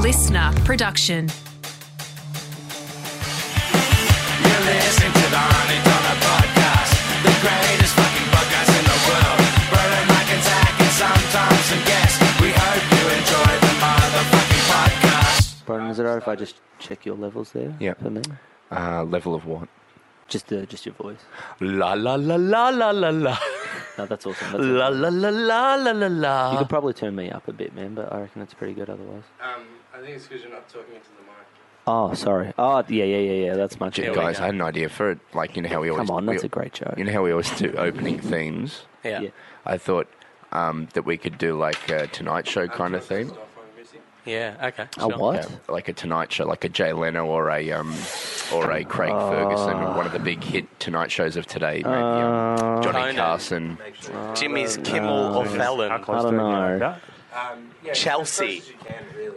listener production. You listen to the Honey Dollar Podcast, the greatest fucking podcast in the world. Roland Mike and Zach and sometimes a guest. We hope you enjoy the motherfucking podcast. Brian, is it alright if I just check your levels there? Yeah. For me, Uh, level of what? just the just your voice. La la la la la la la No, that's awesome. That's la awesome. la la la la la You la. could probably turn me up a bit, man, but I reckon it's pretty good otherwise. Um, I think it's because you're not talking into the mic. Oh, sorry. Oh, yeah, yeah, yeah, yeah. That's much Gee, better. guys, I had an idea for it. Like you know how we always Come on, that's we- a great joke. You know how we always do opening themes. yeah. I thought um, that we could do like a Tonight Show kind of thing. Stuff I'm missing. Yeah, okay. A sure. what? Yeah, like a Tonight Show, like a Jay Leno or a um, or a Craig Uh, Ferguson, or one of the big hit Tonight shows of today. Maybe Uh, um, Johnny Conan. Carson. Jimmy's Kimmel or Fallon. I don't know. Um, yeah, Chelsea. As close as you can, really.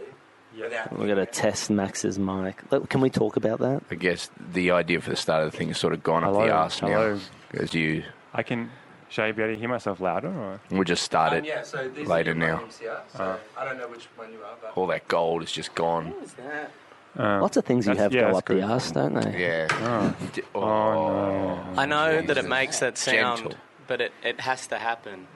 Without We're gonna test Max's mic. Look, Can we talk about that? I guess the idea for the start of the thing has sort of gone up Hello, the arse now. hello. Because you, I can. Should I be able to hear myself louder? Or? we just started. Um, yeah, so these later are your now. Uh. volumes Here, so I don't know which one you are, but All that gold is just gone. what is that? Uh, Lots of things you That's- have yeah, go that's up good. the arse, don't they? Yeah. D- Oh, I know that it makes that sound, Gentle. but it, it has to happen.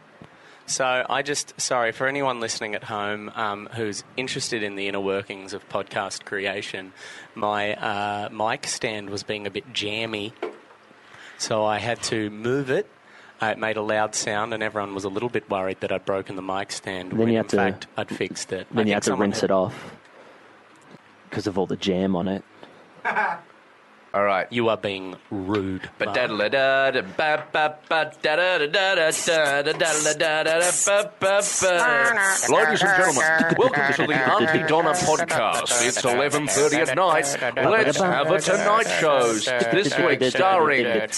So I just, sorry, for anyone listening at home um, who's interested in the inner workings of podcast creation, my uh, mic stand was being a bit jammy, so I had to move it. Uh, it made a loud sound, and everyone was a little bit worried that I'd broken the mic stand. Then when you in had to- fact, I'd fixed it. Then you have to rinse it off because of all the jam on it. All right. You are being rude. But Mark. da da da da ba ba ba da da da da da da da da da da da da ba ba ba. Ladies and gentlemen, welcome to the Auntie Donna podcast. It's eleven thirty at night. Let's have a tonight shows this week, starring her,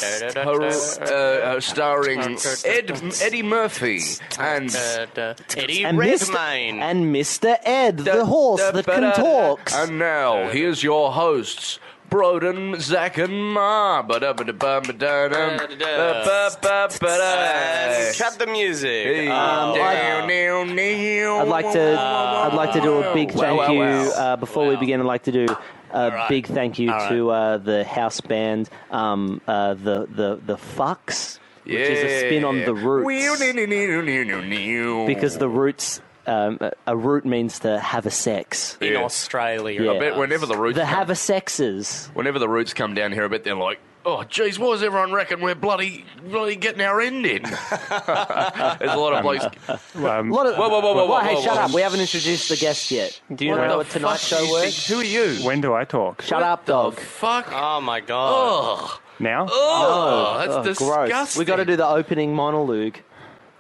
uh, uh, starring Ed Eddie Murphy and. uh, Eddie And Redmayne. Mr. and Mr. Ed, the horse that can talk. And now, here's your hosts, Broden, Zach, and Ma. And I'd cut the music. Uh, Um, I'd like to. I'd like to do a big Wow, thank wow, you wow. Uh, before we Wow. begin. I'd like to do a right. big thank you All to uh, the house band, um, uh, the the the Fucks, which is a spin on the Roots because the Roots. Um, a- a root means to have a sex. in Yeah. Australia. Yeah. I bet whenever the roots The have come, a sexes. whenever the roots come down here, I bet they're like, oh, geez, what does everyone reckon we're bloody bloody getting our end in? There's a lot of blokes. Um, A lot of, Whoa, whoa, whoa, whoa, Why- hey, whoa, shut whoa. up. We haven't introduced the guest yet. Do you know, know what tonight's show was? Who are you? when do I talk? Shut up, dog. Fuck. Oh my god. Oh, now? oh, that's Gross. disgusting. We got to do the opening monologue.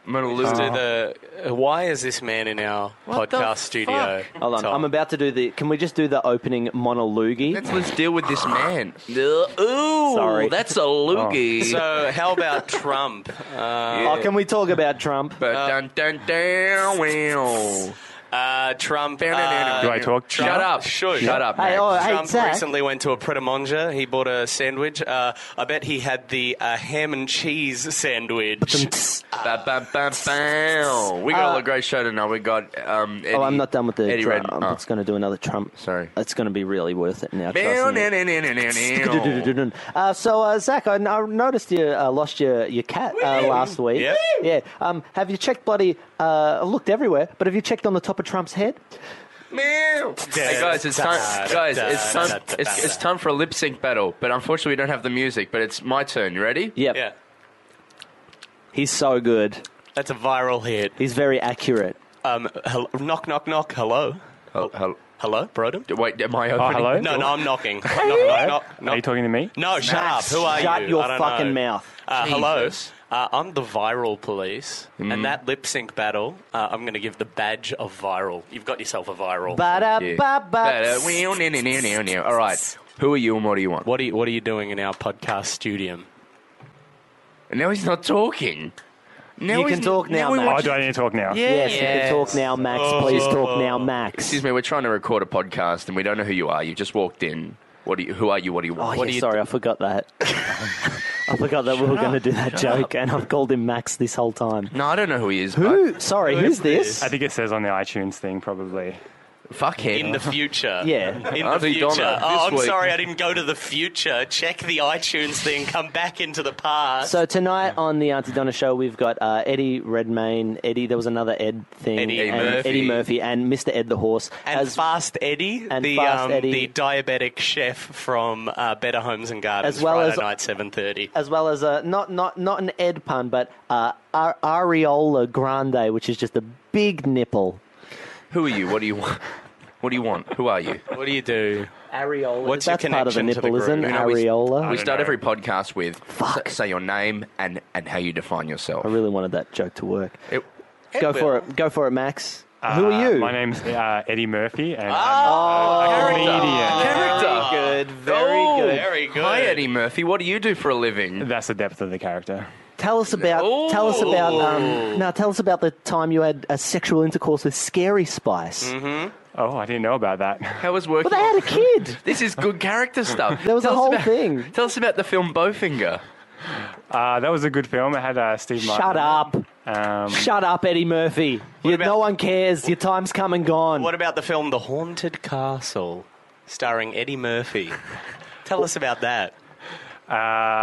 I'm gonna lose Let's it. do the. uh, Why is this man in our Oh. What the podcast studio? Hold on, Tom? I'm about to do the. Can we just do the opening monologue? Let's, let's deal with this man. Oh. Ooh, Sorry. that's a loogie. so how about Trump? Uh, Oh, can we talk about Trump? But dun dun dun wow. uh, Trump. Uh, do I talk? Shut up. Sure. Shut up, Hey, Max. oh, hey, Trump Zach. recently went to a pret a manger. He bought a sandwich. Uh, I bet he had the uh, ham and cheese sandwich. Ba, ba, ba, bow. We got a great show tonight. We got um. Eddie, Oh, I'm not done with the Eddie Trump. Redmayne. Oh. It's going to do another Trump. Sorry. It's going to be really worth it now. Bow, trust me. na, na, na, na, na, na. Uh, so, uh, Zach, I, I noticed you uh, lost your, your cat uh, last week. Yep. Yeah. Um, have you checked bloody, uh, I looked everywhere, but have you checked on the top of Trump's head? Meow. Hey guys, it's time. Guys, it's time. It's, it's time for a lip sync battle. But unfortunately, we don't have the music. But it's my turn. You ready? Yep. yeah, He's so good. that's a viral hit. He's very accurate. Um, hel- knock, knock, knock. Hello, Hel- Oh, hel- hello, Broden. Wait, am I Oh, opening? hello? No, no, I'm knocking. Knock, Hello? knock, knock, Are you knock. talking to me? No, shut Max, up. Who are shut you? your I don't fucking know. mouth. Uh, hello. Jesus. Uh, I'm the viral police, Mm. and that lip sync battle, uh, I'm going to give the badge of viral. You've got yourself a viral. Yeah. Ba-da-ba-ba. But, uh, meow, meow, meow, meow, meow, meow. All right. Who are you and what do you want? what are you, What are you doing in our podcast studio? And now he's not talking. Now You he's can talk now, we Matt. want Oh, you- do I need to talk now? Yes, you can talk now, Max. Please talk now, Max. Excuse me, we're trying to record a podcast and we don't know who you are. You've just walked in. What do you, who are you? What do you Oh, want? yeah, sorry, I forgot that. I forgot that we were going to do that joke, and I've called him Max this whole time. No, I don't know who he is. Who? Sorry, who's this? I think it says on the iTunes thing, probably. Fuckhead. in the future. Yeah. In the Auntie future. Donna, oh, this I'm week. sorry, I didn't go to the future. Check the iTunes thing. Come back into the past. So tonight on the Auntie Donna show, we've got uh, Eddie Redmayne, Eddie. There was another Ed thing, Eddie and Murphy. Eddie Murphy, and Mr. Ed the horse. and as Fast Eddie, and the, Fast um, Eddie. the diabetic chef from uh, Better Homes and Gardens, As well Friday as- night seven thirty. as well as a not not not an Ed pun, but uh, Ar- areola grande, which is just a big nipple. Who are you? What do you want? What do you want? Who are you? What do you do? Areola. What's your That's part of a connection to the nipple, isn't group? it? know, we- areola. We don't start know. every podcast with Fuck. say your name and, and how you define yourself. I really wanted that joke to work. It- Go will. for it. Go for it, Max. Who Uh, are you? My name's uh, Eddie Murphy, and oh, I'm a comedian. Ah. Very Character. good. Very Ah. Oh, good. Very good. Hi, Eddie Murphy. What do you do for a living? That's the depth of the character. Tell us about. Tell us about. Um, now, tell us about the time you had a sexual intercourse with Scary Spice. Oh, I didn't know about that. How was working? Well, they had a kid. This is good character stuff. There was a Tell us whole about- thing. Tell us about the film Bowfinger. Uh, that was a good film. It had uh, Steve Shut up. up. Um, Shut up, Eddie Murphy. You, about- no one cares. Your time's come and gone. What about the film The Haunted Castle, starring Eddie Murphy? Tell us about that. Uh,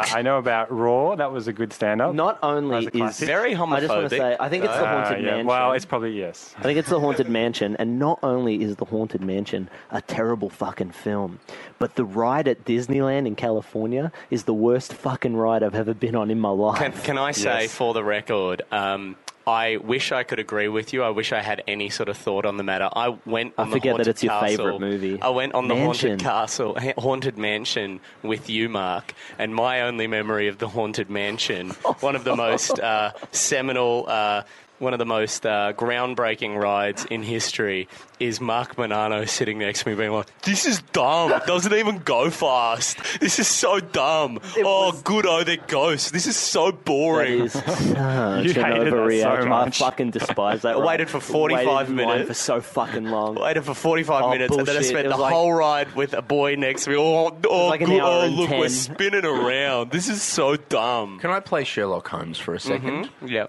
I know about Raw. That was a good stand-up. Not only That's a is classic. Very I just want homophobic. to say, I think it's the Uh, haunted yeah. mansion. Well, it's probably yes. I think it's the haunted mansion, and not only is the haunted mansion a terrible fucking film, but the ride at Disneyland in California is the worst fucking ride I've ever been on in my life. Can, can I say, for the record, um, I wish I could agree with you. I wish I had any sort of thought on the matter. I went. I On forget that the Haunted it's your Castle- favourite movie. I went on Mansion. the haunted castle, ha- haunted mansion with you, Mark. And my only memory of the haunted mansion, one of the most uh, seminal. Uh, one of the most uh, groundbreaking rides in history is Mark Bonanno sitting next to me being like, This is dumb. It doesn't even go fast. This is so dumb. oh, good. Oh, they're ghosts. This is so That boring. is such an You hated that so overreaction. I much. fucking despise that. I ride. waited for 45 Waited in line minutes. for so fucking long. waited for 45 Oh, minutes and then I bullshit. spent It the was like- whole ride with a boy next to me. Oh, oh, like an good. hour oh and look, 10. we're spinning around. This is so dumb. Can I play Sherlock Holmes for a 2nd Yeah.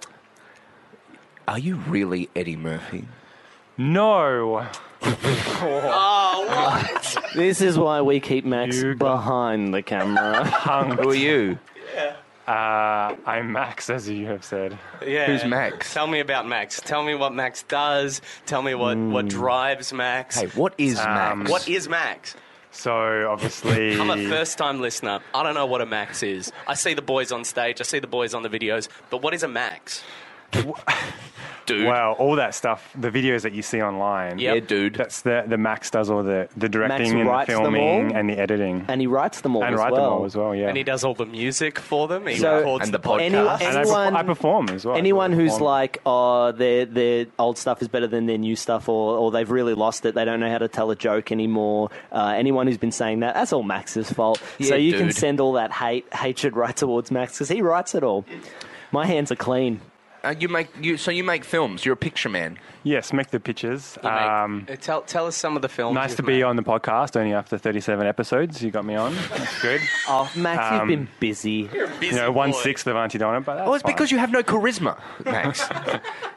Are you really Eddie Murphy? No. This is why we keep Max You got- behind the camera. Who are you? Uh, I'm Max, as you have said. Yeah. Who's Max? Tell me about Max. Tell me what Max does. Tell me what, what drives Max. Hmm. Hey, Um, what is Max? What is Max? So obviously, I'm a first time listener. I don't know what a Max is. I see the boys on stage, I see the boys on the videos, but what is a Max? dude? well, all that stuff, the videos that you see online. Yep. Yeah, dude. That's the the Max does all the the directing and the writes them filming all? and the editing and he writes them all and as write well. them all as well. Yeah. And he does all the music for them. He So- records And the Any- podcast. And I, anyone, perf- I perform as well. anyone I who's perform. like, oh, their their old stuff is better than their new stuff, or or they've really lost it, they don't know how to tell a joke anymore. Uh, anyone who's been saying that, that's all Max's fault. so Yeah, you can dude. send all that hate hatred right towards Max because he writes it all. My hands are clean. Uh, you make you so you make films. You're a picture man. yes, make the pictures. You make- Um, Uh, tell, tell us some of the films. nice you've to be made. on the podcast. Only after thirty-seven episodes, you got me on. That's good. Oh, Max, Um, you've been busy. you know, one sixth of Auntie Donna, but that's Oh, it's fine. because you have no charisma, Max.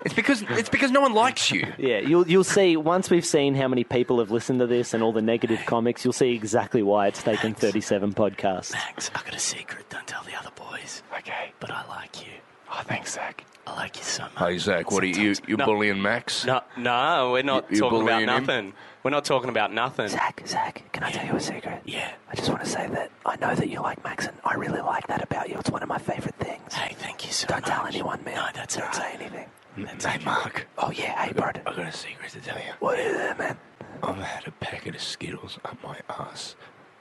it's because it's because no one likes you. Yeah, you'll you'll see once we've seen how many people have listened to this and all the negative comics, you'll see exactly why it's taken thirty-seven podcasts. Max, I got a secret. Don't tell the other boys. Okay. But I like you. Oh, thanks, Zach. I like you so much. Hey Zach, what are you? You, you No. bullying Max? No, no, we're not You- you talking about bullying him? nothing. We're not talking about nothing. Zach, Zach, can I tell you a secret? Yeah. I just want to say that I know that you like Max, and I really like that about you. It's one of my favorite things. Hey, thank you so Don't much. tell anyone, man. No, that's all Don't say right. anything. Hey Mark, Oh, yeah. Hey, bro. I got a secret to tell you. What is that, man? I've had a packet of Skittles up my ass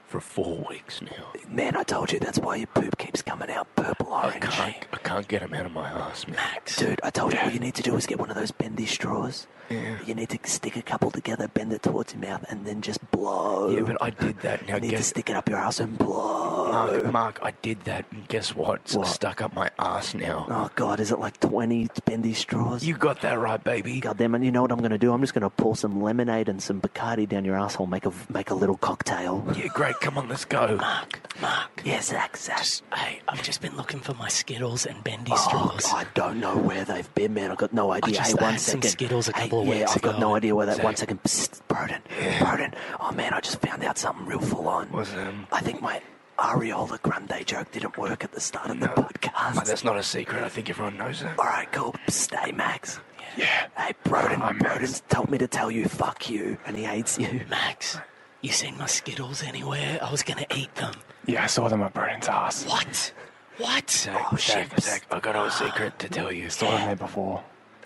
for four weeks now. Man, I told you that's why your poop keeps coming out purple I orange. can't I can't get them out of my ass, man. Dude, I told you all you need to do is get one of those bendy straws. You need to stick a couple together, bend it towards your mouth, and then just blow. Yeah, but I did that. Now you need to guess stick it up your ass and blow. Mark, Mark, I did that, and guess what? It's What? stuck up my ass now. Oh, God, is it like 20 bendy straws? You got that right, baby. God damn it! You know what I'm going to do? I'm just going to pour some lemonade and some Bacardi down your asshole. Make a make a little cocktail. Yeah, great Zach, come on, let's Uh, go. Mark, Mark. Yeah, Zach, Zach. Hey, I've just been looking for my Skittles and Bendy straws. Oh, I don't know where they've been, man. I've got no idea. just hey, one had some second. Skittles a Hey, couple of yeah, weeks I've got ago. no idea where that. One second. Psst, Broden. Broden. Oh, man, I just found out something real full on. What's um? I think my Areola Grande joke didn't work at the start of the mate, podcast. that's not a secret. I think everyone knows that. All right, cool. Stay, Max. Yeah. Hey, Broden. I'm Broden's told me to tell you, fuck you, and he hates you. Max, you seen my Skittles anywhere? I was going to eat them. Yeah, I saw them at Broden's ass. What? What? Zach, Oh, Zach, shit. Zach, I got a uh, secret to tell you. Saw them there before.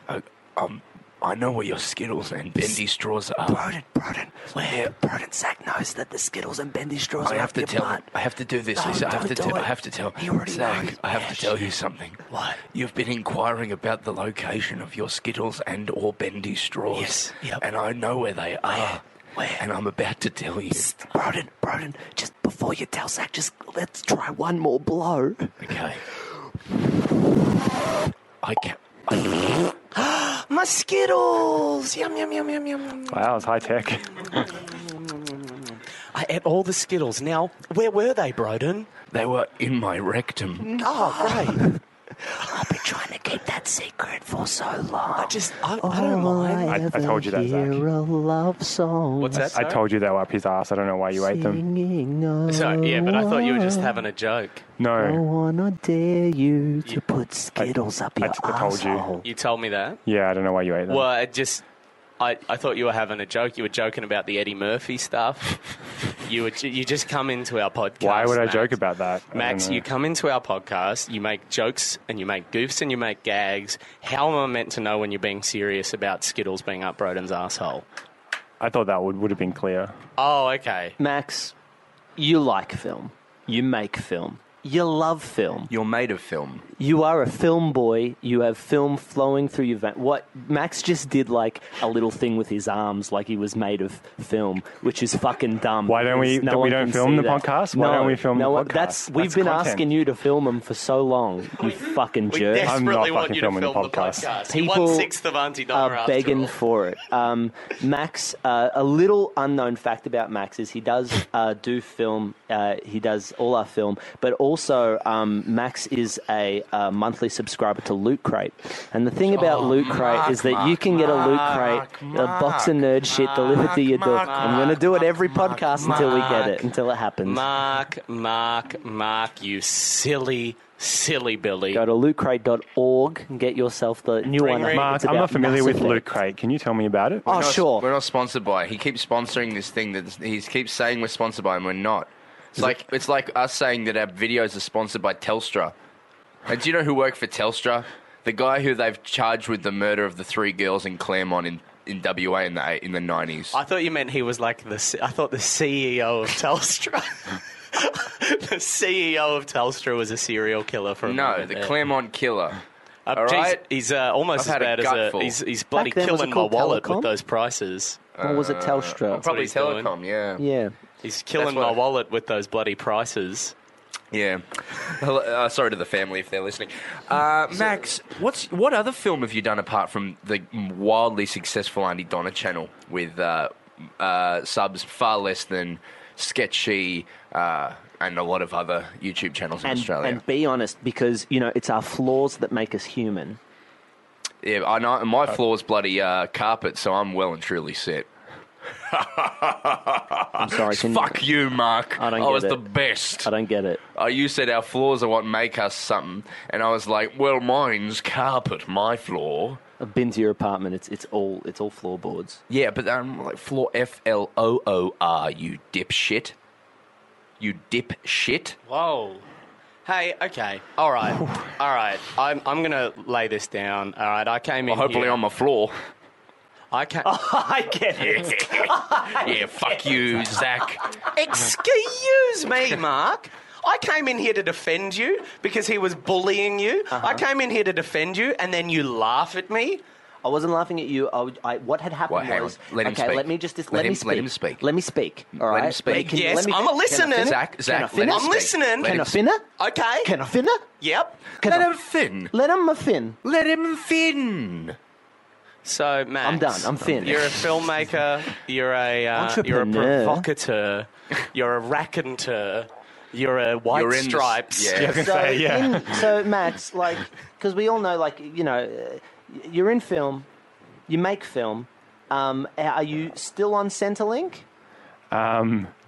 I, um, I know where your Skittles and Bendy straws are. Broden, Broden. Where? Broden, Zach knows that the Skittles and Bendy straws I are have up to your tell. butt. I have to do this. No, Lisa. I have to don't do tell. I it. have to tell. He already Zach, knows. I have to tell you something. What? You've been inquiring about the location of your Skittles and or Bendy straws. Yes, yep. And I know where they are. Where? And I'm about to tell you. Broden, Broden, just before you tell Zach, just let's try one more blow. Okay. I can't. I, My Skittles! Yum, yum, yum, yum, yum. Wow, it's high tech. I ate all the Skittles. Now, where were they, Broden? they were in my rectum. Oh, great. I've been trying to keep that secret for so long. I just, I, Oh I don't mind. I- I told you that, Zach. Hear a love song. What's that? I told you they were up his ass. I don't know why you ate them. Singing on. Sorry, yeah, but I thought you were Mm. just having a joke. I No. wanna dare you to to put Skittles up I, your t- I told you. asshole. You told me that. Yeah, I don't know why you ate them. Well, I just, I, I thought you were having a joke. You were joking about the Eddie Murphy stuff. you would, you just come into our podcast. why would I Max. joke about that? I Max, don't know. you come into our podcast, you make jokes and you make goofs and you make gags. How am I meant to know when you're being serious about Skittles being up Broden's asshole? I thought that would would have been clear. Oh, okay. Max, you like film. You make film. You love film. You're made of film. You are a film boy. You have film flowing through your veins. What Max just did, like a little thing with his arms, like he was made of film, which is fucking dumb. Why don't we- because No we one don't can film see the that. podcast? Why no, don't we film no the one- podcast? That's we've That's been content. asking you to film them for so long. You fucking We jerk. desperately I'm not want fucking you to film filming the the podcast. podcast. You're People one sixth of Auntie Donna are after begging all. for it. Um, Max, uh, a little unknown fact about Max is he does uh, do film. Uh, he does all our film, but also um, Max is a uh, monthly subscriber to Loot Crate. And the thing about Oh, Loot Crate is that you can get a Loot Crate, a box of nerd shit delivered to your door. I'm going to do it every podcast until we get it, Mark. until it happens. Mark, Mark, Mark, you silly, silly Billy. Go to lootcrate.org and get yourself the new one. Ring, I ring. think Mark, it's I'm not about familiar Mass with Effect. Loot Crate. Can you tell me about it? Oh, not- sure. We're not sponsored by. He keeps sponsoring this thing that he keeps saying we're sponsored by, and we're not. It's like it's like us saying that our videos are sponsored by Telstra. And do you know who worked for Telstra? The guy who they've charged with the murder of the three girls in Claremont in, in WA in the eight- in the nineties. I thought you meant he was like the. C- I thought the CEO of Telstra. the CEO of Telstra was a serial killer from No, the Claremont killer. Uh, all geez, right. He's uh, almost I've as had a bad as a. gutful. He's, he's bloody then, was it killing my called wallet Telecom? with those prices. Uh, Or was it Uh, Telstra? Probably he's doing. telecom. Yeah. yeah. He's killing That's what my I- wallet with those bloody prices. Yeah. Hello- uh, sorry to the family if they're listening. Uh, Max, what's what other film have you done apart from the wildly successful Auntie Donna channel with uh, uh, subs far less than sketchy uh, and a lot of other YouTube channels in and, Australia? and be honest because you know it's our flaws that make us human yeah, I know my floor's bloody uh, carpet, so I'm well and truly set. i'm sorry can, Ah, Fuck you, Mark. I don't get was it. the best. i don't get it Uh, you said our floors are what make us something, and I was like, well, mine's carpet, my floor. i've been to your apartment it's it's all it's all floorboards Yeah, but um, like floor F L O O R, you dipshit. You dipshit. Whoa. Hey, okay. All right. All right. I'm, I'm going to lay this down. All right. I came Well, in. hopefully here. on my floor. I ca- i get it Yeah, fuck you, Zach. Excuse me, Mark. I came in here to defend you because he was bullying you. Uh-huh. I came in here to defend you, and then you laugh at me. i wasn't laughing at you i, would- I what had happened Well, hang on. was Let him okay speak. let me just let, Let me him- speak let him speak. let me speak all right him speak. Can- Yes, let me- I'm can a I listener. fin- Zach, Zach, can let I him fin- I'm listening. Let can him I speak. finna Okay. can I finna Yep. can Let I- him fin. let him a fin Let him fin. So, Max, I'm done. I'm thin. You're a filmmaker. You're a uh, you're a Entrepreneur. provocateur. You're a raconteur. You're a white You're in the- stripes. yeah. can so, say, yeah. in- so Max, like, because we all know, like, you know, uh, you're in film, you make film. Um, are you still on Centrelink?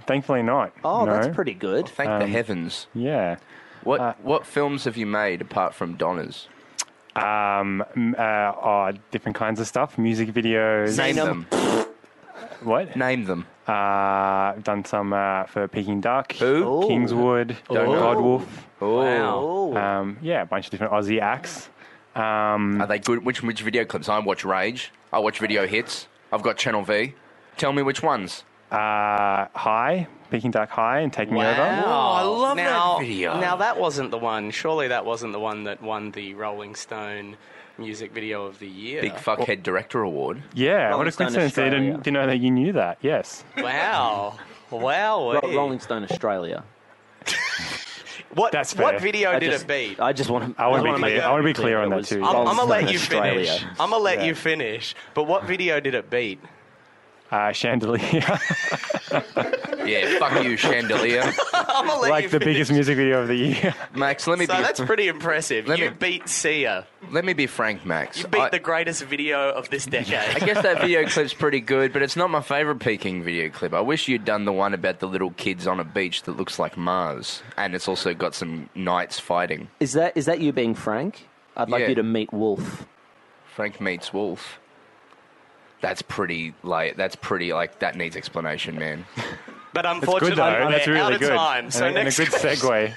Thankfully not. Oh, no. that's pretty good. Thank the heavens. Yeah. What what films have you made apart from Donna's? Um, m- uh, oh, different kinds of stuff. Music videos. Name them. them. What? Name them. Uh, I've done some uh, for Peking Duck. Who? Kingswood. Don't know. Godwolf. Oh. Wow. Oh, Um, yeah, a bunch of different Aussie acts. Are they good? Which which video clips? I watch Rage. I watch Video Hits. I've got Channel V. Tell me which ones. Uh, high. Peking Duck High and Take Me Over. Wow. Oh, I love that now, video. Now that wasn't the one. Surely that wasn't the one that won the Rolling Stone Music Video of the Year. Big fuckhead director award. Yeah, Rolling what a Stone coincidence. They Australia. didn't, didn't know that you knew that. Yes. Wow. Wow. Ro- Rolling Stone Australia. What, That's fair. what video I did just, it beat? I just want to. I want be to be make clear. that I want to be clear on it that was too. Rolling I'm, I'm gonna let Stone you Australia. finish. I'm gonna let Yeah. you finish. But what video did it beat? Uh, chandelier, Yeah, fuck you, Chandelier. I'm gonna let you like the finish. biggest music video of the year. Max, let me So be that's pretty impressive. Let you me- beat Sia. let me be frank, Max. You beat I, the greatest video of this I decade. guess that video clip's pretty good, but it's not my favorite Peking video clip. I wish you'd done the one about the little kids on a beach that looks like Mars, and it's also got some knights fighting. Is that is that you being frank? I'd like Yeah. you to meet Wolf. Frank meets Wolf. That's pretty like that's pretty like that needs explanation, man. But It's unfortunately, good though. That's we're really out good. of time. So and, a- and next a good segue.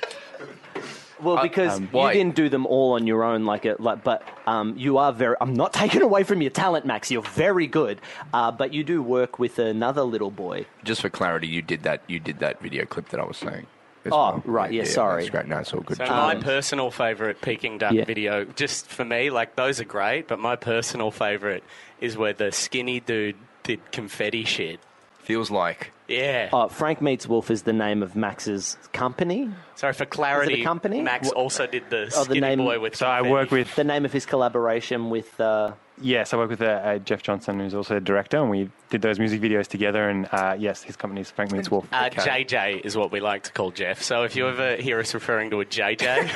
Well, because um, Uh, you why? didn't do them all on your own, like it, like, but um, you are very. I'm not taking away from your talent, Max. You're very good, uh, but you do work with another little boy. Just for clarity, you did that you did that video clip that I was saying. as Oh, right, yeah, sorry. That's great. No, it's all good. So my personal favorite Peking duck Yeah. video, just for me, like those are great. But my personal favorite is where the skinny dude did confetti shit. Feels like Yeah. Uh, frank meets Wolf is the name of Max's company, Sorry for clarity. company? Max What- also did the Oh, the skinny name- boy with. So I work with the name of his collaboration with. Uh, yes, I work with uh, uh, Jeff Johnson, who's also a director, and we did those music videos together. And uh, yes, his company's Frank Meets Wolf. Uh, JJ is what we like to call Jeff. So if you ever hear us referring to a JJ,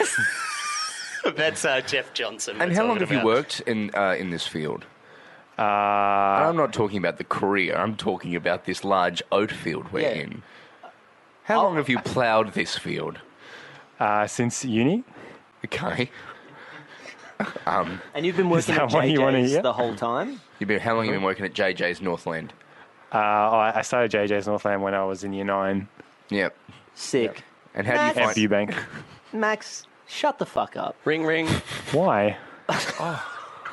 that's uh, Jeff Johnson. And we're how long have talking you about. worked in uh, in this field? Uh, I'm not talking about the career. I'm talking about this large oat field we're Yeah. Oh. in. How long have you ploughed this field? uh, since uni, Okay. and you've been working that at one you wanna JJ's hear? the whole time. You've been how long have you been working at JJ's Northland? uh, I I started JJ's Northland when I was in year nine Yep. Sick, And how do at you find? Eubank. Max. Shut the fuck up. Ring, ring, Why?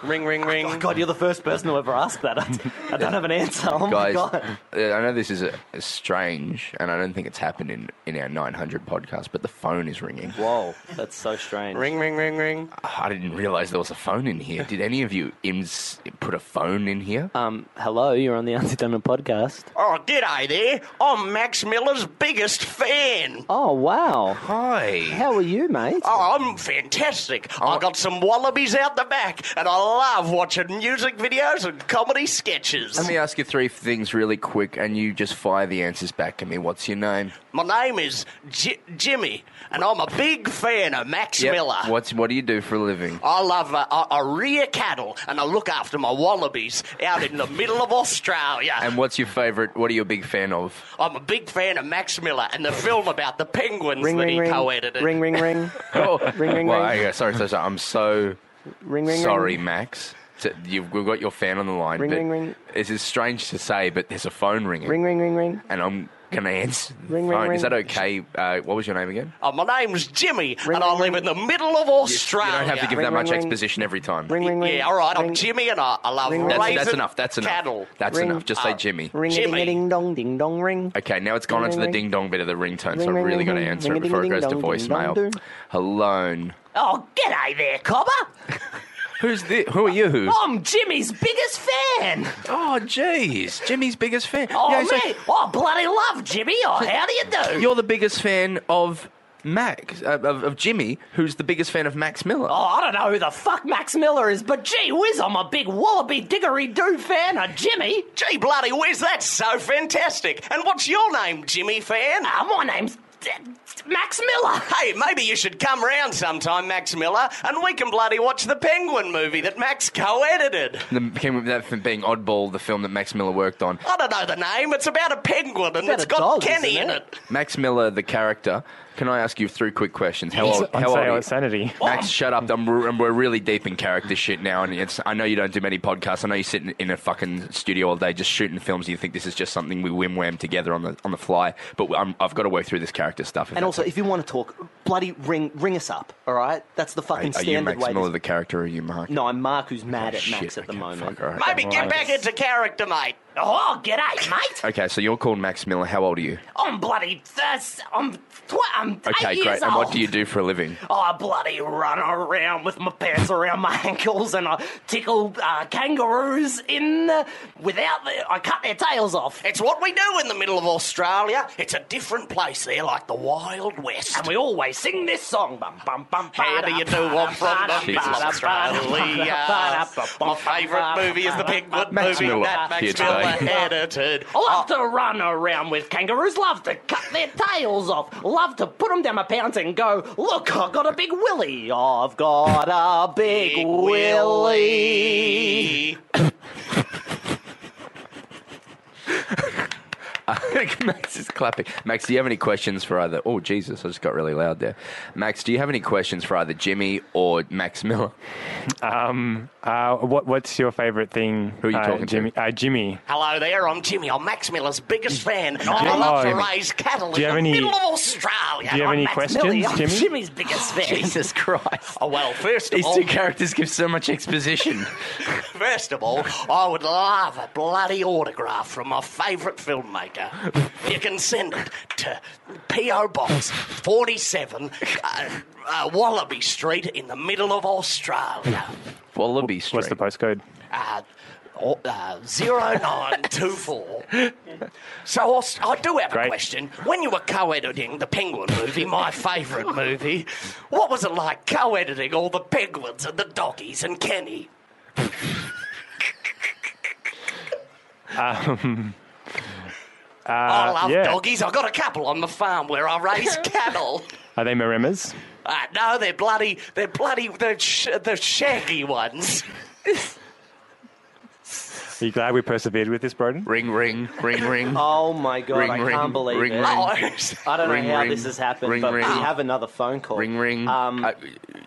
ring, ring, ring. Oh God, you're the first person who ever asked that. I, I don't have an answer. Oh my Guys, god. uh, I know this is a, a strange, and I don't think it's happened in, in our 900 podcast, but the phone is ringing. Whoa, that's so strange. Ring, ring, ring, ring. I didn't realize there was a phone in here. Did any of you ins- put a phone in here? Um, hello, you're on the Anti-Donor podcast. Oh, g'day there. I'm Max Miller's biggest fan. Oh wow, Hi. how are you, mate? Oh, I'm fantastic. I got some wallabies out the back, and I love watching music videos and comedy sketches. Let me ask you three things really quick, and you just fire the answers back at me. What's your name? My name is J- Jimmy, and I'm a big fan of Max Yep. Miller. What's what do you do for a living? I love uh, I, I rear cattle and I look after my wallabies out in the middle of Australia. And what's your favourite? What are you a big fan of? I'm a big fan of Max Miller and the film about the penguins ring, that ring, he ring, co-edited. ring, ring, ring, Oh, Ring, ring, well, ring. I- sorry, sorry, sorry. I'm so ring, ring. sorry, Max. So You've, we've got your fan on the line. Ring, but ring, ring. This is strange to say, but there's a phone ringing, ring, ring, ring, ring. and I'm gonna answer. the Ring, ring, phone. Is ring. that okay? Uh, what was your name again? Uh, my name's Jimmy Ring, and I ring, live in the middle of Australia. You don't have to give Ring, that ring, much ring. exposition every time. Ring, ring, ring. Yeah, all right. I'm ring. Jimmy and I, I love Ring, ring. That's, raising that's enough. That's enough. cattle. That's Ring. uh, enough. Just say Oh. Jimmy. Ring, ding, Jimmy. ding, dong, ding, dong, ring. Okay, now it's gone Ring, onto ring, the ring. ding dong bit of the ringtone, Ring, so I've ring, really ring, got to ring. answer Ring, it before it ding, goes to ding, dong, ding, dong, voicemail. ding. Hello. Oh, g'day there, cobber. Who's this? Who are you? Oh. I'm Jimmy's biggest fan. Oh, jeez. Jimmy's biggest fan. Oh, Yeah, me. so oh, bloody love Jimmy. Oh, how do you do? You're the biggest fan of Mac uh, of, of Jimmy, who's the biggest fan of Max Miller. Oh, I don't know who the fuck Max Miller is, but gee whiz, I'm a big wallaby diggery doo fan of Jimmy. Gee, bloody whiz, that's so fantastic. And what's your name, Jimmy fan? Uh, my name's uh, Max Miller. Hey, maybe you should come round sometime, Max Miller, and we can bloody watch the Penguin movie that Max co edited. And then came with that from being Oddball, the film that Max Miller worked on. I don't know the name, it's about a penguin and about it's a got dog, Kenny isn't in it? it. Max Miller, the character. Can I ask you three quick questions? How old? On How old? sale Are you? at Sanity. Max, shut up! I'm, we're- we're really deep in character shit now, and it's, I know you don't do many podcasts. I know you sit in, in a fucking studio all day just shooting films. And you think this is just something we whim wham together on the on the fly, but I'm, I've got to work through this character stuff. if And that's- also, if you want to talk, bloody ring ring us up, all right? That's the fucking are, are you standard Max way. Miller, to the character, or are you Mark? No, I'm Mark, who's mad at Oh, Shit, Max at the okay, moment. fuck, all right. Maybe get back into character, mate. Oh, g'day, mate. Okay, so you're called Max Miller. How old are you? I'm bloody thirst. I'm tw- I'm Okay, great. eight years And old. Oh, what do you do for a living? I bloody run around with my pants around my ankles and I tickle uh, kangaroos in the, without the, I cut their tails off. It's what we do in the middle of Australia. It's a different place there, like the Wild West. And we always sing this song. Bum, bum, bum, How do you do? I'm from the Jesus. Australia. My favourite movie is the Penguin Max movie Miller. that Here Max today. Miller edited. I love to run around with kangaroos, love to cut their tails off, love to put them down my pants and go, look, I've got a big willy. I've got a big, Big willy. Max is clapping. Max, do you have any questions for either? Oh, Jesus, I just got really loud there. Max, do you have any questions for either Jimmy or Max Miller? Uh, what, what's your favourite thing? Who are you uh, talking to? Jimmy, Uh, Jimmy. Hello there, I'm Jimmy. I'm Max Miller's biggest fan. and I Jimmy. love to Jimmy. raise cattle Do you in have the any- middle of Australia. Do you have I'm any Max- questions, Millie, I'm Jimmy? Jimmy's biggest fan. Jesus Christ. Oh, well, first of These all, two characters give so much exposition. first of all, I would love a bloody autograph from my favourite filmmaker. You can send it to P.O. Box 47, uh, uh, Wallaby Street in the middle of Australia. Wallaby Street. What's the postcode? uh, or- uh, 0924. so I'll- I do have a Great. question. When you were co editing the Penguin movie, my favourite movie, what was it like co editing all the penguins and the doggies and Kenny? I love Um, uh, yeah. doggies. I've got a couple on the farm where I raise cattle. Are they Maremas? Uh, no, they're bloody, they're bloody, they're, sh- they're shaggy ones. Are you glad we persevered with this, Broden? Ring, ring, ring, ring. Oh my god, Ring, I ring, can't believe ring, it. ring. Oh, I don't Ring, know how ring. this has happened, Ring, but ring. we have another phone call. Ring, ring. Um, Uh,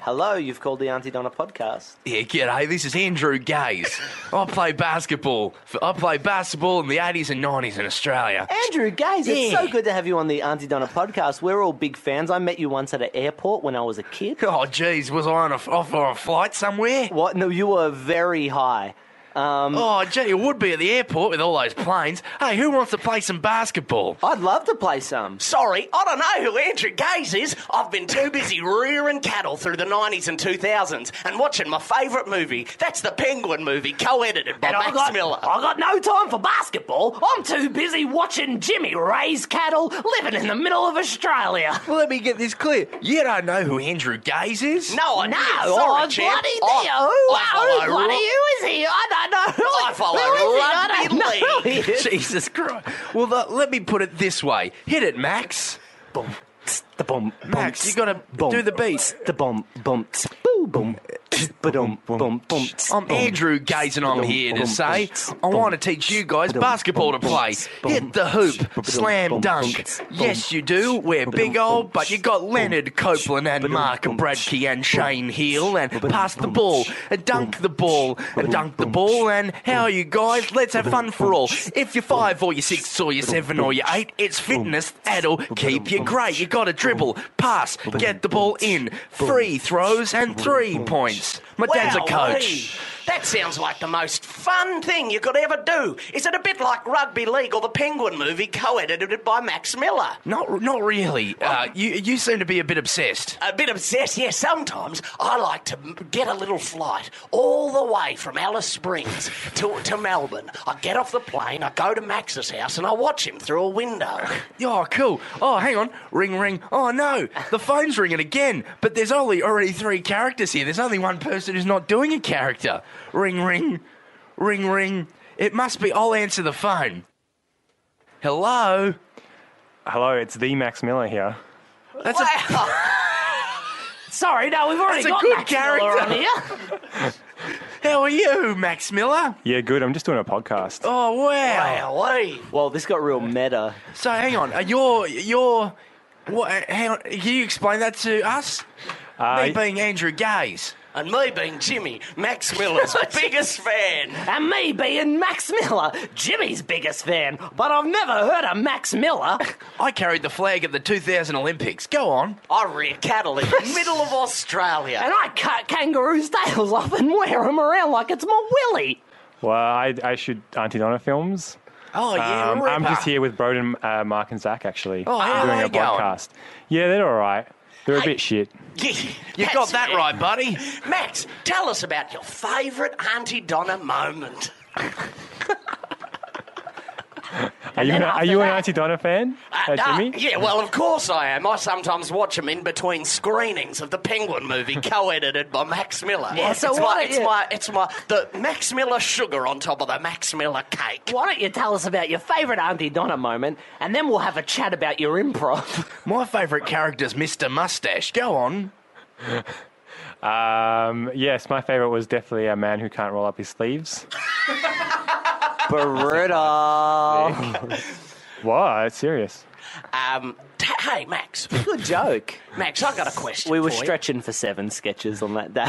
hello, you've called the Auntie Donna podcast. Yeah, g'day. This is Andrew Gaze. I play basketball. I play basketball in the 80s and 90s in Australia. Andrew Gaze, it's so good to have you on the Auntie Donna podcast. We're all big fans. I met you once at an airport when I was a kid. Oh, geez, was I on a, off on a flight somewhere? What? No, you were very high. Oh, gee, it would be at the airport with all those planes. Hey, who wants to play some basketball? I'd love to play some. Sorry, I don't know who Andrew Gaze is. I've been too busy rearing cattle through the 90s and 2000s and watching my favourite movie. That's the Penguin movie, co edited by And Max I got, Miller. I got no time for basketball. I'm too busy watching Jimmy raise cattle, living in the middle of Australia. Well, let me get this clear. You don't know who Andrew Gaze is? no, I No, didn't. Sorry, oh, champ. bloody I- deal. Who, I who follow bloody ru- who is he? I don't know. Who, I follow who is he? I rugby don't know who league. he is. Jesus Christ. Well, the, let me put it this way. Hit it, Max. Boom. tss, The boom. boom, Max, you tss, gotta boom, do the beat. tss, The boom. Boom. tss, Boo. Boom. tss, Ba-dum. Boom. Boom. tss, I'm boom, Andrew Gaze, and I'm boom, here to boom, say boom, I boom, want to teach you guys boom, basketball to boom, play. boom, Hit the hoop, boom, slam boom, dunk. boom, Yes, boom, you do. We're boom, big boom, old, but you got boom, Leonard Copeland and boom, Mark boom, Bradkey and Shane Hill and boom, pass the boom, ball and dunk boom, the ball and boom, dunk the boom, ball. And how are you guys? Let's have boom, fun for all. boom, If you're five or you're six or you're seven or you're eight, it's fitness. That'll keep you boom, great. You got to dribble, pass, get the ball in, free throws and three points. My dad's a Wow, coach. hey, that sounds like the most fun thing you could ever do. Is it a bit like rugby league or the Penguin movie co-edited by Max Miller? Not, not really. Uh, you, you seem to be a bit obsessed. A bit obsessed, yeah. Sometimes I like to m- get a little flight all the way from Alice Springs to, to Melbourne. I get off the plane, I go to Max's house, and I watch him through a window. Oh, cool. Oh, hang on. Ring, ring. Oh, no. The phone's ringing again. But there's only already three characters here. There's only one person who's not doing a character. Ring, ring. Ring, ring. It must be. I'll answer the phone. Hello? Hello, it's the Max Miller here. That's a, Sorry, no, we've already that's a got good Max Miller on character. here. How are you, Max Miller? Yeah, good. I'm just doing a podcast. Oh, wow. Wowee. Well, this got real meta. So hang on, uh, you're you're what? uh, Hang on, can you explain that to us? Me Uh, being Andrew Gaze. And me being Jimmy, Max Miller's biggest fan. And me being Max Miller, Jimmy's biggest fan, but I've never heard of Max Miller. I carried the flag at the 2000 Olympics. Go on. I rear cattle in the middle of Australia. And I cut kangaroos' tails off and wear them around like it's my willy. well, I, I shoot Auntie Donna films. Oh yeah, Um, I'm ripper. just here with Broden, uh, Mark, and Zach actually Oh, how are doing they a going? podcast. Yeah, they're all right. They're a bit shit. You got that right, buddy. Max, tell us about your favourite Auntie Donna moment. Are you, an, after are you an that- Auntie Donna fan, uh, Uh, Jimmy? yeah, well, of course I am. I sometimes watch them in between screenings of the Penguin movie, co-edited by Max Miller. Yeah, so it's what my, are it's you- my, it's my, the Max Miller sugar on top of the Max Miller cake. Why don't you tell us about your favourite Auntie Donna moment, and then we'll have a chat about your improv. My favourite character's Mr. Mustache. Go on. Um, yes, my favourite was definitely a man who can't roll up his sleeves. Beretta. Why? It's serious. Um, t- hey, Max, Good joke. Max, I got a question. We were for you. stretching for seven sketches on that day.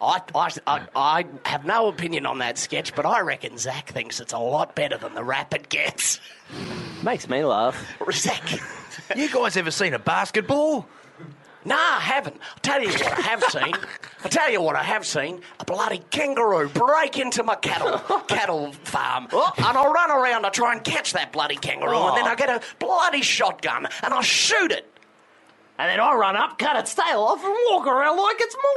I, I, I, I have no opinion on that sketch, but I reckon Zach thinks it's a lot better than the rap it gets. Makes me laugh. Zach. You guys ever seen a basketball? Nah, I haven't. I'll tell you what I have seen. I'll tell you what I have seen. A bloody kangaroo break into my cattle cattle farm. Oh, And I run around, I try and catch that bloody kangaroo, and then I get a bloody shotgun and I shoot it. And then I run up, cut its tail off, and walk around like it's my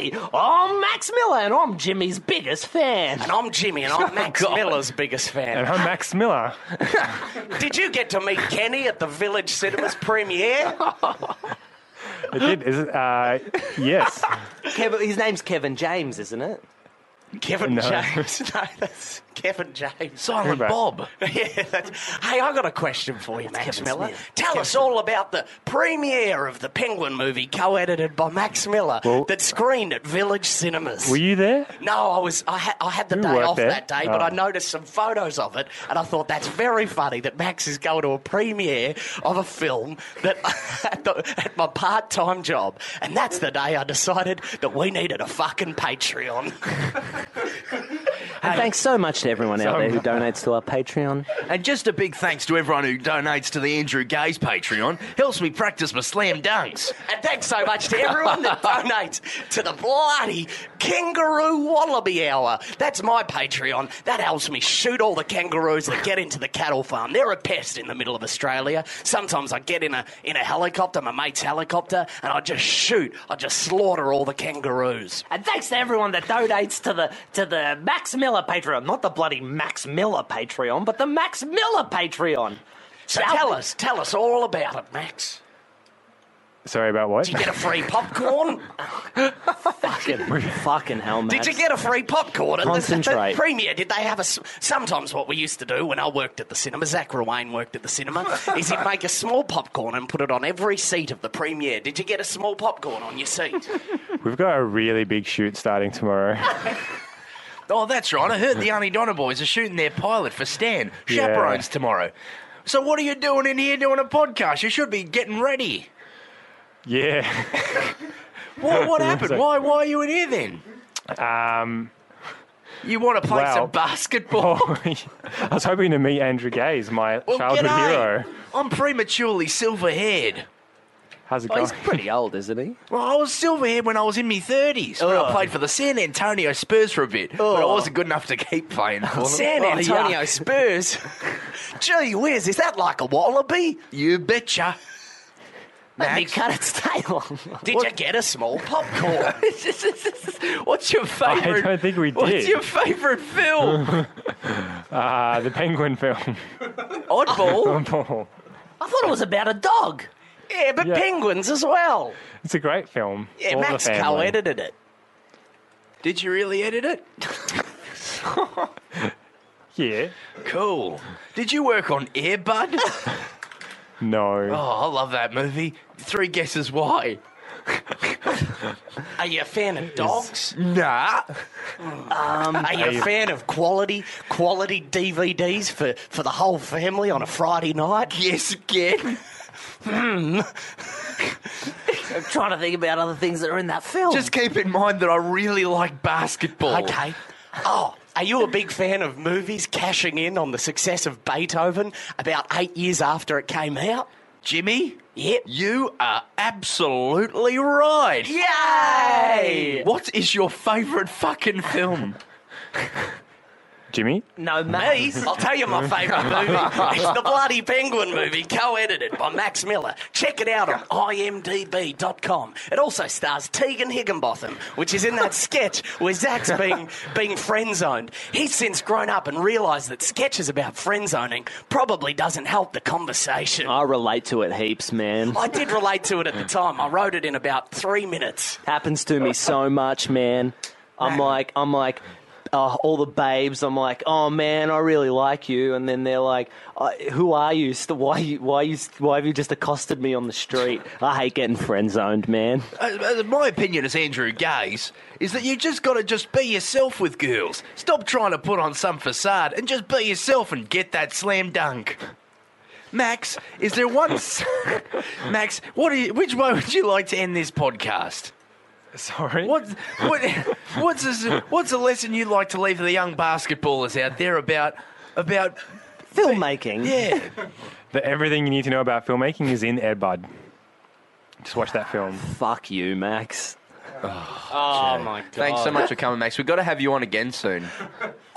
willy. I'm Max Miller, and I'm Jimmy's biggest fan. And I'm Jimmy and I'm Max Miller's biggest fan. And I'm Max Miller. Did you get to meet Kenny at the Village Cinema's premiere? It did. Is it, uh, yes. Kevin, his name's Kevin James, isn't it? Kevin No. James. No, that's Kevin James. Silent Right. Bob. yeah, that's, hey, I got a question for you, Max Kevin Miller. Smith. Tell us all about the premiere of the Penguin movie, co-edited by Max Miller, Well- that screened at Village Cinemas. Were you there? no, I was. I, ha- I had the You day weren't off there? that day, but Oh. I noticed some photos of it, and I thought that's very funny that Max is going to a premiere of a film that at, the, at my part-time job, and that's the day I decided that we needed a fucking Patreon. And thanks so much to everyone out there who donates to our Patreon. And just a big thanks to everyone who donates to the Andrew Gaze Patreon. Helps me practice my slam dunks. And thanks so much to everyone that donates to the bloody Kangaroo Wallaby Hour. That's my Patreon. That helps me shoot all the kangaroos that get into the cattle farm. They're a pest in the middle of Australia. Sometimes I get in a in a helicopter, my mate's helicopter, and I just shoot. I just slaughter all the kangaroos. And thanks to everyone that donates to the to the Max Miller Patreon, not the bloody Max Miller Patreon, but the Max Miller Patreon. So tell us, tell us all about it, Max. Sorry about what? Did you get a free popcorn? Fucking, fucking hell, man. Did you get a free popcorn at the- Concentrate. the premiere? Did they have a? s- Sometimes what we used to do when I worked at the cinema, Zach Rawain worked at the cinema, is he'd make a small popcorn and put it on every seat of the premiere. Did you get a small popcorn on your seat? We've got a really big shoot starting tomorrow. Oh, that's right. I heard the Arnie Donna boys are shooting their pilot for Stan Yeah. chaperones tomorrow. So what are you doing in here doing a podcast? You should be getting ready. yeah. What, what happened? Sorry. Why why are you in here then? Um, You want to play Wow. some basketball? oh, I was hoping to meet Andrew Gaze, my Well, childhood g'day. hero. I'm prematurely silver haired. How's it Oh, going? he's pretty old, isn't he? Well, I was silverhead when I was in my thirties. When I played for the San Antonio Spurs for a bit, but I wasn't good enough to keep playing for them. Oh, San Antonio Spurs. Gee whiz, is that like a wallaby? You betcha. They cut its tail off. Did you get a small popcorn? What's your favorite? don't think we What's did. your favorite film? Uh, the Penguin film. Oddball. I thought it was about a dog. Yeah, but Yeah. penguins as well. it's a great film. Yeah, All the Max family. co-edited it. Did you really edit it? Yeah. Cool. Did you work on Airbud? oh, No. I love that movie. Three guesses why. Are you a fan of dogs? Nah. Um, Are you a fan of quality quality DVDs for, for the whole family on a Friday night? Yes again. I'm trying to think about other things that are in that film. Just keep in mind that I really like basketball. Okay. Oh, are you a big fan of movies cashing in on the success of Beethoven about eight years after it came out? Jimmy, Yep. you are absolutely right. Yay! What is your favourite fucking film? Jimmy? No, me. I'll tell you my favourite movie. It's the Bloody Penguin movie, co edited by Max Miller. Check it out on imdb.com. It also stars Tegan Higginbotham, which is in that sketch where Zach's being, being friend zoned. He's since grown up and realised that sketches about friend zoning probably doesn't help the conversation. I relate to it heaps, man. I did relate to it at the time. I wrote it in about three minutes. happens to me so much, man. I'm like, I'm like, uh, all the babes. I'm like, oh man, I really like you, and then they're like, uh, who are you? So Why you? Why you? Why have you just accosted me on the street? I hate getting friend zoned, man. Uh, uh, my opinion as Andrew Gaze is that you just got to just be yourself with girls. Stop trying to put on some facade and just be yourself and get that slam dunk. Max, is there one? s- Max, what? Are you, which way would you like to end this podcast? Sorry. What, what, what's a, what's a lesson you'd like to leave the young basketballers out there about about Filmmaking. yeah? The, everything you need to know about filmmaking is in Ed Bud. Just watch that film. Fuck you, Max. Oh my god! Thanks so much for coming, Max. We've got to have you on again soon.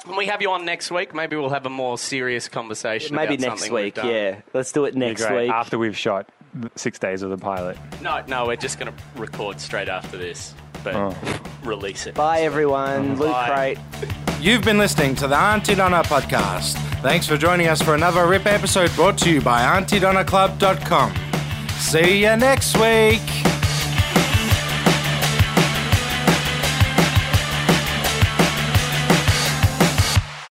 When we have you on next week, maybe we'll have a more serious conversation. Maybe about next something we've week. done. Yeah, let's do it next Great. week. After we've shot th- six days of the pilot. No, no, we're just going to record straight after this, but Oh. release it. Bye, everyone. Loot Bye. crate. You've been listening to the Auntie Donna podcast. Thanks for joining us for another RIP episode brought to you by AuntieDonnaClub.com. See you next week.